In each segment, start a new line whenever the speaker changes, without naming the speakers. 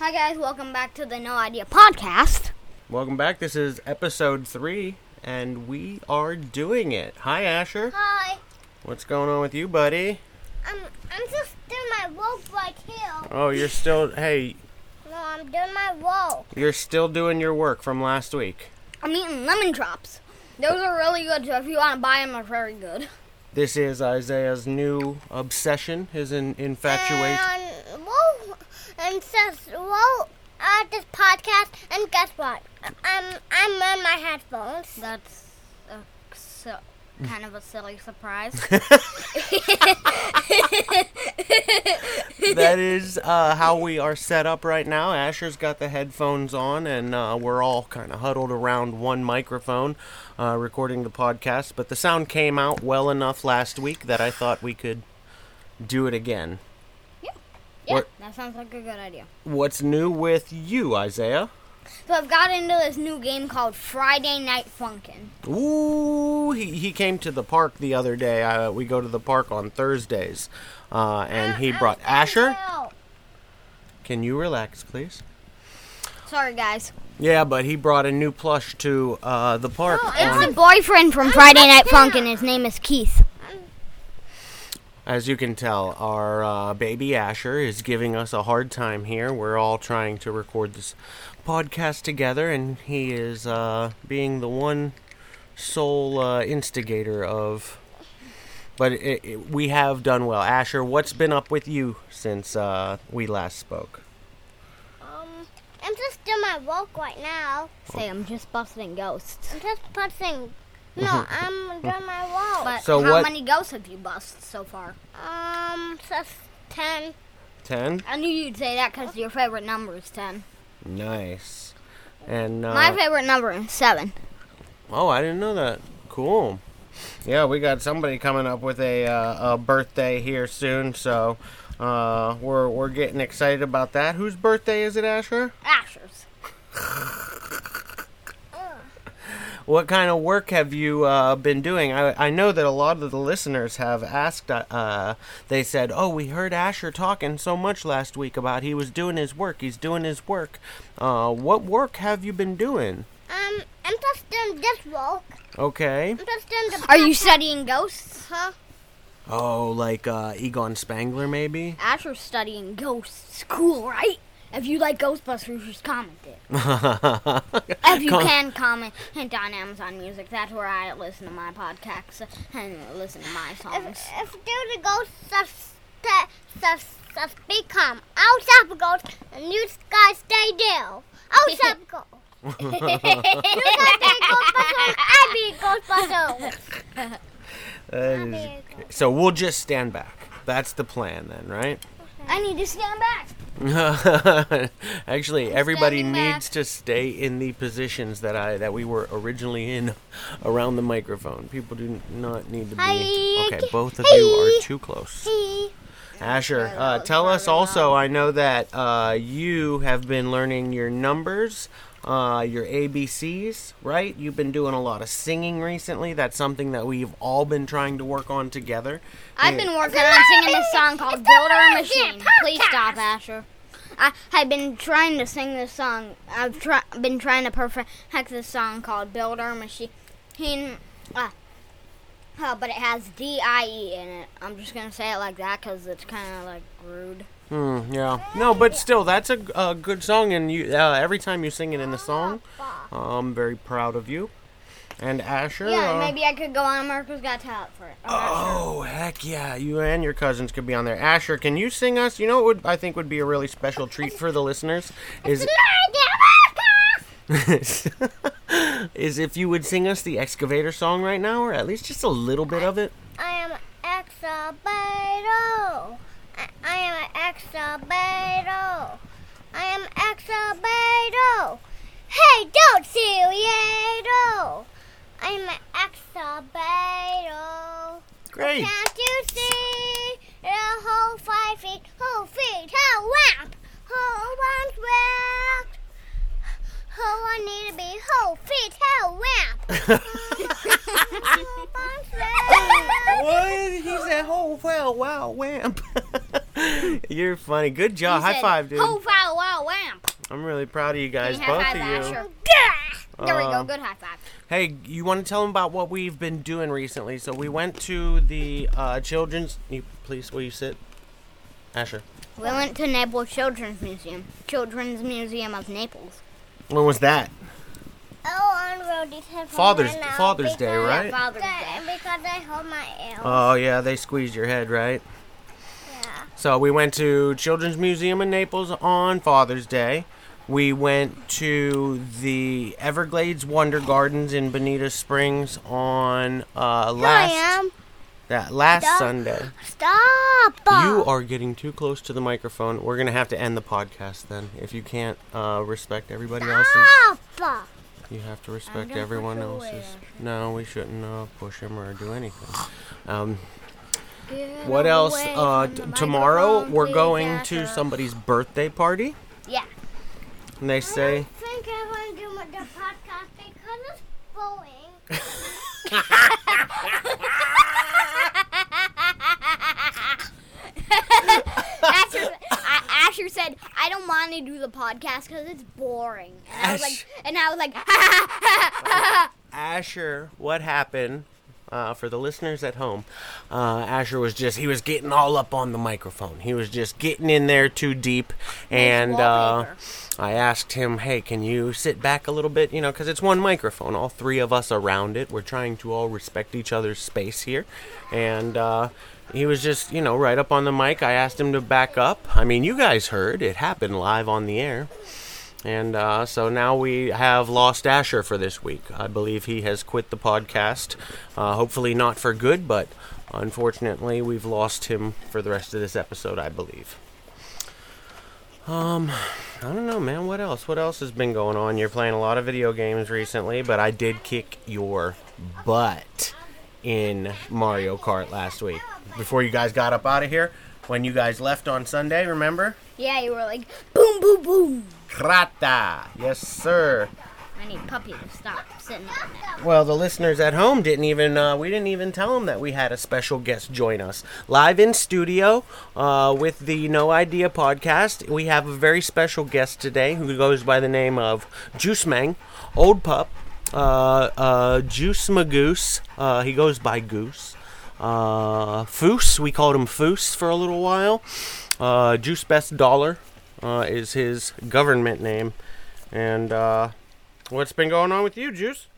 guys, welcome back to the No Idea Podcast.
Welcome back. This is episode three, and we are doing it. Hi, Asher.
Hi,
What's going on with you, buddy?
I'm I'm just doing my rope right here.
Oh, you're still. Hey,
No, I'm doing my rope.
you're still doing your work from last week.
I'm eating lemon drops. Those are really good, so if you want to buy them, they're very good.
This is Isaiah's new obsession, his in- infatuation.
And rope, and says rope at this podcast, and guess what? I'm I'm in my headphones. That's a, so, kind of a silly surprise.
that is uh, how we are set up right now. Asher's got the headphones on, and uh, we're all kind of huddled around one microphone uh, recording the podcast. But the sound came out well enough last week that I thought we could do it again.
yeah,
What-
that sounds like a good idea.
What's new with you, Isaiah?
So I've got into this new game called Friday Night Funkin'.
Ooh, he, he came to the park the other day. Uh, we go to the park on Thursdays, uh, and he brought Asher. Can you relax, please?
Sorry, guys.
Yeah, but he brought a new plush to uh, the park.
Oh,
on-
It's a boyfriend from Friday Night Funkin'. His name is Keith.
As you can tell, our uh, baby Asher is giving us a hard time here. We're all trying to record this podcast together, and he is uh, being the one sole uh, instigator of. But it, it, we have done well. Asher, what's been up with you since uh, we last spoke?
Um, I'm just doing my work right now.
Say, I'm just busting ghosts.
I'm just putting. No, I'm doing my work.
But
So
how
what-
many ghosts have you busted so far?
um, just ten.
Ten.
I knew you'd say that because your favorite number is 10.
Nice. And uh,
My favorite number is 7.
Oh, I didn't know that. Cool. Yeah, we got somebody coming up with a, uh, a birthday here soon, so uh, we're we're getting excited about that. Whose birthday is it, Asher?
Asher's.
What kind of work have you uh, been doing? I, I know that a lot of the listeners have asked. uh, Uh, they said, "Oh, we heard Asher talking so much last week about he was doing his work. He's doing his work. Uh, what work have you been doing?"
Um, I'm just doing this work.
Okay.
I'm just doing the.
Are you studying ghosts?
Huh?
Oh, like uh, Egon Spangler, maybe.
Asher's studying ghosts. Cool, right? If you like Ghostbusters, just comment it. If you
Com-
can comment on Amazon Music, that's where I listen to my podcasts and listen to my songs.
If, if there's a ghost, sus, sus, sus, sus, become. I'll stop a ghost, and you guys stay there. I'll stop a ghost. you guys be a Ghostbuster, and I be a Ghostbuster.
That is- so we'll just stand back. That's the plan then, right?
I need to stand back.
Actually, everybody
standing back.
needs to stay in the positions that I that we were originally in around the microphone. People do not need to be
Hi.
Okay, both of you are
Hi.
too close.
See?
Asher,
that
uh,
was
tell us
probably
also, I know that uh, you have been learning your numbers, uh, your ABCs, right? You've been doing a lot of singing recently. That's something that we've all been trying to work on together.
I've been working on singing this song called Builder Machine. Please stop, Asher. I have been trying to sing this song. I've try, been trying to perfect this song called Builder Machine. Uh, uh, but it has D I E in it. I'm just gonna say it like that because it's kind of like rude.
Mm, yeah. No, but still, that's a, a good song, and you uh, every time you sing it in the song, I'm very proud of you. And Asher.
Yeah,
uh,
and maybe I could go on America's Got Talent for it. I'm not sure.
Oh heck yeah! You and your cousins could be on there. Asher, can you sing us? You know what would I think would be a really special treat for the listeners is is if you would sing us the excavator song right now, or at least just a little bit of it.
I am an exabato. I, I am an exabato. I am an exabato. Hey, don't seriato. I am an exabato.
Great.
Can't you see the whole five feet, whole feet, how ramp, whole one's wrapped. Whole one need to be whole feet, how ramp. Whole one's wrapped.
What? He said, "Oh well, wow, wamp." You're funny. Good job.
He
Oh, High
said,
five, dude.
Ho, foul, wow, wamp.
I'm really proud of you guys,
Can you high
both of
five
you.
Asher? There we go.
Um,
Good high five.
Hey, you want to tell them about what we've been doing recently? So we went to the uh, children's. You, please, will you sit? Asher.
We went to Naples Children's Museum, Children's Museum of Naples.
When was that?
Oh, on road December
Father's-
right now
Father's Day,
because-
right?
Father's Day.
That- Because I hold my L.
Oh yeah, they squeezed your head, right?
yeah.
So we went to Children's Museum in Naples on Father's Day. We went to the Everglades Wonder Gardens in Bonita Springs on uh, last
I am.
that last
Duh.
Sunday.
Stop.
You are getting too close to the microphone. We're gonna have to end the podcast then. If you can't uh, respect everybody else's,
Stop.
you have to respect everyone else's. No, we shouldn't uh, push him or do anything. Um, what else? Uh, t- tomorrow we're going to somebody's birthday party.
Yeah.
And they say,
I think I want to do my- the podcast because it's boring.
Asher, I, Asher said, "I don't want to do the podcast because it's boring." And I was
Ash-
like, and I was like,
Asher, what happened? Uh, for the listeners at home, uh, Asher was just—he was getting all up on the microphone. He was just getting in there too deep, and uh,
wallpaper.
I asked him, "Hey, can you sit back a little bit? You know, because it's one microphone, all three of us around it. We're trying to all respect each other's space here." And uh, he was just, you know, right up on the mic. I asked him to back up. I mean, you guys heard it happened live on the air. And uh, so now we have lost Asher for this week. I believe he has quit the podcast. Uh, hopefully not for good, but unfortunately we've lost him for the rest of this episode. I believe. Um, I don't know, man. What else? What else has been going on? You're playing a lot of video games recently, but I did kick your butt in Mario Kart last week. Before you guys got up out of here, when you guys left on Sunday, remember?
"Yeah, you were like, boom, boom, boom."
Krata. Yes, sir.
I need puppy to stop sitting on that.
Well, the listeners at home didn't even, uh, we didn't even tell them that we had a special guest join us. Live in studio uh, with the No Idea podcast, we have a very special guest today who goes by the name of Juice Mang, Old Pup, uh, uh, Juice Magoose. Uh, he goes by Goose. Uh, Foose, we called him Foose for a little while. Uh, Juice Best Dollar uh, is his government name. And uh, what's been going on with you, Juice?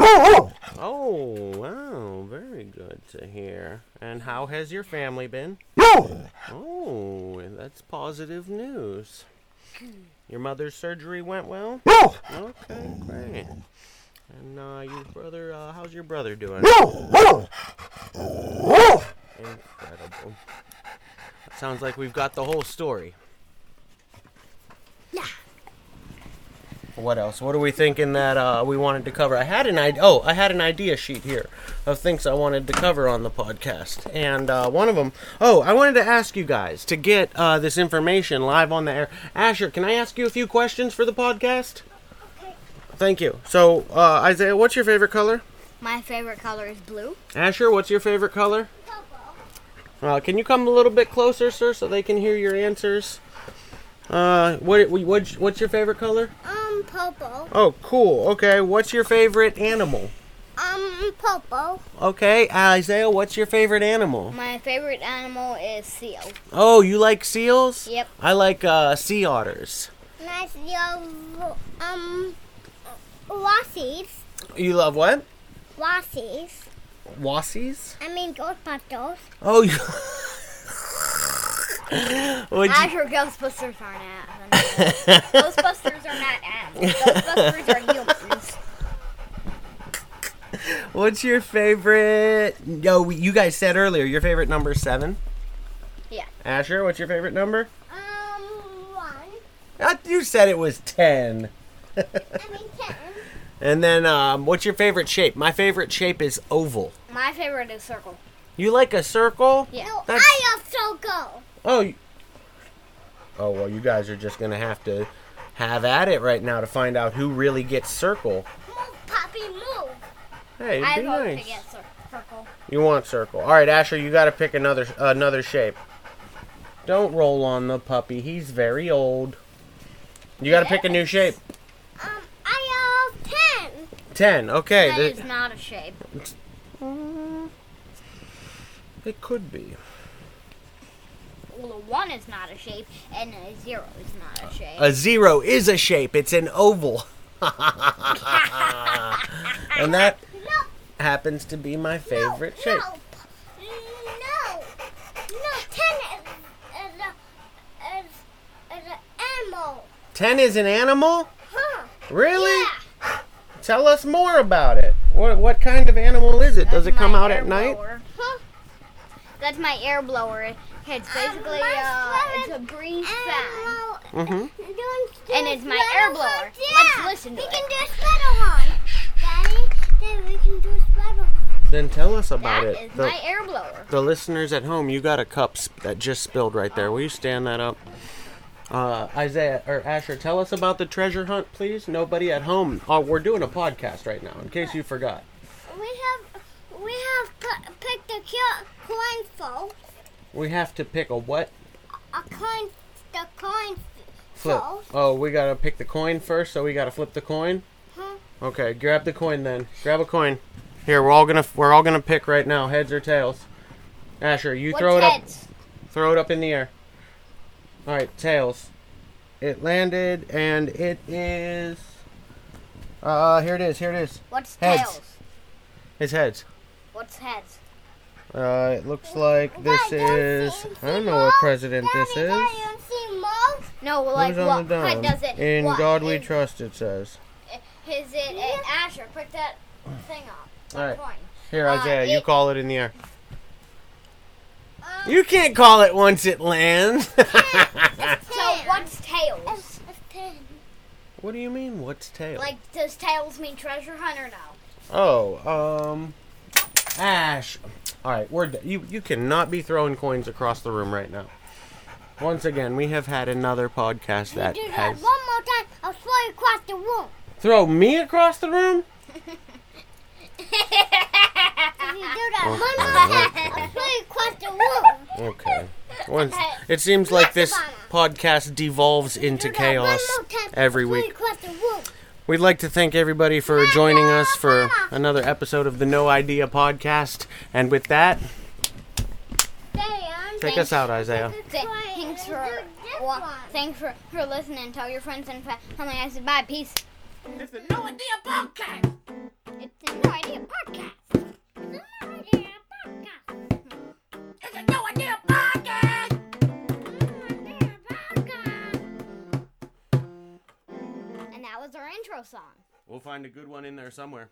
Oh, wow. Very good to hear. And how has your family been? Oh, that's positive news. Your mother's surgery went well? Okay, great. And uh, your brother, uh, how's your brother doing? Incredible. Sounds like we've got the whole story. What else? What are we thinking that uh, we wanted to cover? I had an idea. Oh, I had an idea sheet here of things I wanted to cover on the podcast, and uh, one of them. Oh, I wanted to ask you guys to get uh, this information live on the air. Asher, can I ask you a few questions for the podcast? Thank you. So, uh, Isaiah, what's your favorite color?
My favorite color is blue.
Asher, what's your favorite color? Uh, can you come a little bit closer, sir, so they can hear your answers? Uh, what, what, what's your favorite color?
Um, Popo.
Oh, cool. Okay, what's your favorite animal?
Um, Popo.
Okay, Isaiah, what's your favorite animal?
My favorite animal is seal.
Oh, you like seals?
Yep.
I like uh, sea otters.
Nice little, um, wassies.
You love what?
Wassies.
Wassies?
I mean, Ghostbusters.
Oh, you. Would you-
Asher, Ghostbusters aren't at. Ghostbusters are not at. Ghostbusters are humans.
what's your favorite? Yo, you guys said earlier your favorite number is seven.
Yeah.
Asher, what's your favorite number?
Um, one.
Uh, You said it was ten.
I mean, ten.
And then, um, what's your favorite shape? My favorite shape is oval.
My favorite is circle.
You like a circle?
Yeah.
No,
That's-
I also go.
Oh. You... Oh well, you guys are just gonna have to have at it right now to find out who really gets circle.
Move, Poppy, move.
Hey, it'd
I
be
vote
nice.
to get cir- circle.
You want circle? All right, Asher, you gotta pick another another shape. Don't roll on the puppy. He's very old. You got to pick a new shape.
Um, I have ten.
Ten. Okay.
That
th-
is not a shape.
it could be.
Well, a one is not a shape, and a zero is not a shape.
A zero is a shape. It's an oval. and that
Nope.
happens to be my favorite shape.
Nope. No. No. Ten is, is, a, is, is an animal.
Ten is an animal?
Huh?
Really?
Yeah.
Tell us more about it. What what kind of animal is it? Does it
That's
come
my
out
air
at night?
blower.
Huh?
That's my air blower. It's basically
my
uh, it's a
favorite
green fan.
Animal.
Mm-hmm.
And it's my air blower.
Yeah.
Let's listen to
we
it.
can do a sweater horn. Daddy, Daddy, we can do a sweater horn.
Then tell us about
That is
it.
my
The,
air blower.
the listeners at home, you got a cup sp- that just spilled right there. Will you stand that up? Uh, Isaiah or Asher, tell us about the treasure hunt, please. Nobody at home. Oh, we're doing a podcast right now, in case you forgot.
We have, we have c- picked a cute coin folk.
We have to pick a what
A coin, the coin
flip.
folk.
Oh, we gotta pick the coin first, so we gotta flip the coin.
Huh?
Okay, grab the coin then. Grab a coin. Here, we're all gonna we're all gonna pick right now, heads or tails. Asher, you
What's
throw it
heads?
up. Throw it up in the air. All right, tails. It landed, and it is. Uh, here it is. Here it is.
What's
Heads.
tails?
It's heads.
What's heads?
Uh, it looks like this
Wait, don't
is.
see-
I don't
see
know what
more?
president
Daddy,
this is.
Daddy, you see more?
No, like
Who's on
what?
the
How
dime?
does it?
In
what?
God we
Is-
trust. It says.
Is it an Asher? Put that thing up.
All right.
That coin.
Here,
Uh,
Isaiah, you
it-
call it in the air.
Um,
You can't call it once it lands.
So
Tails.
what's tails?
It's a pin.
what do you mean? What's tail?
Like, does tails mean treasure hunt or no?
oh, um, Ash. All right, we're d- you. You cannot be throwing coins across the room right now. Once again, we have had another podcast
You
that
do that
has
one more time, I'll throw you across the room.
throw me across the room.
If you do that
Oh,
one more time, I'll throw you across the room.
Okay. Once it seems like this podcast devolves into
Do that one
chaos
more time,
every
I'll throw you
week.
across the room.
We'd like to thank everybody for joining us for another episode of the No Idea podcast. And with that,
Daddy, I'm
take us out, Isaiah.
Th-
Right,
thanks
and
for
do this
wa-
one.
thanks for, for listening. Tell your friends and fa- family. I said bye. Peace. It's a no idea podcast. And that was our intro song.
We'll find a good one in there somewhere.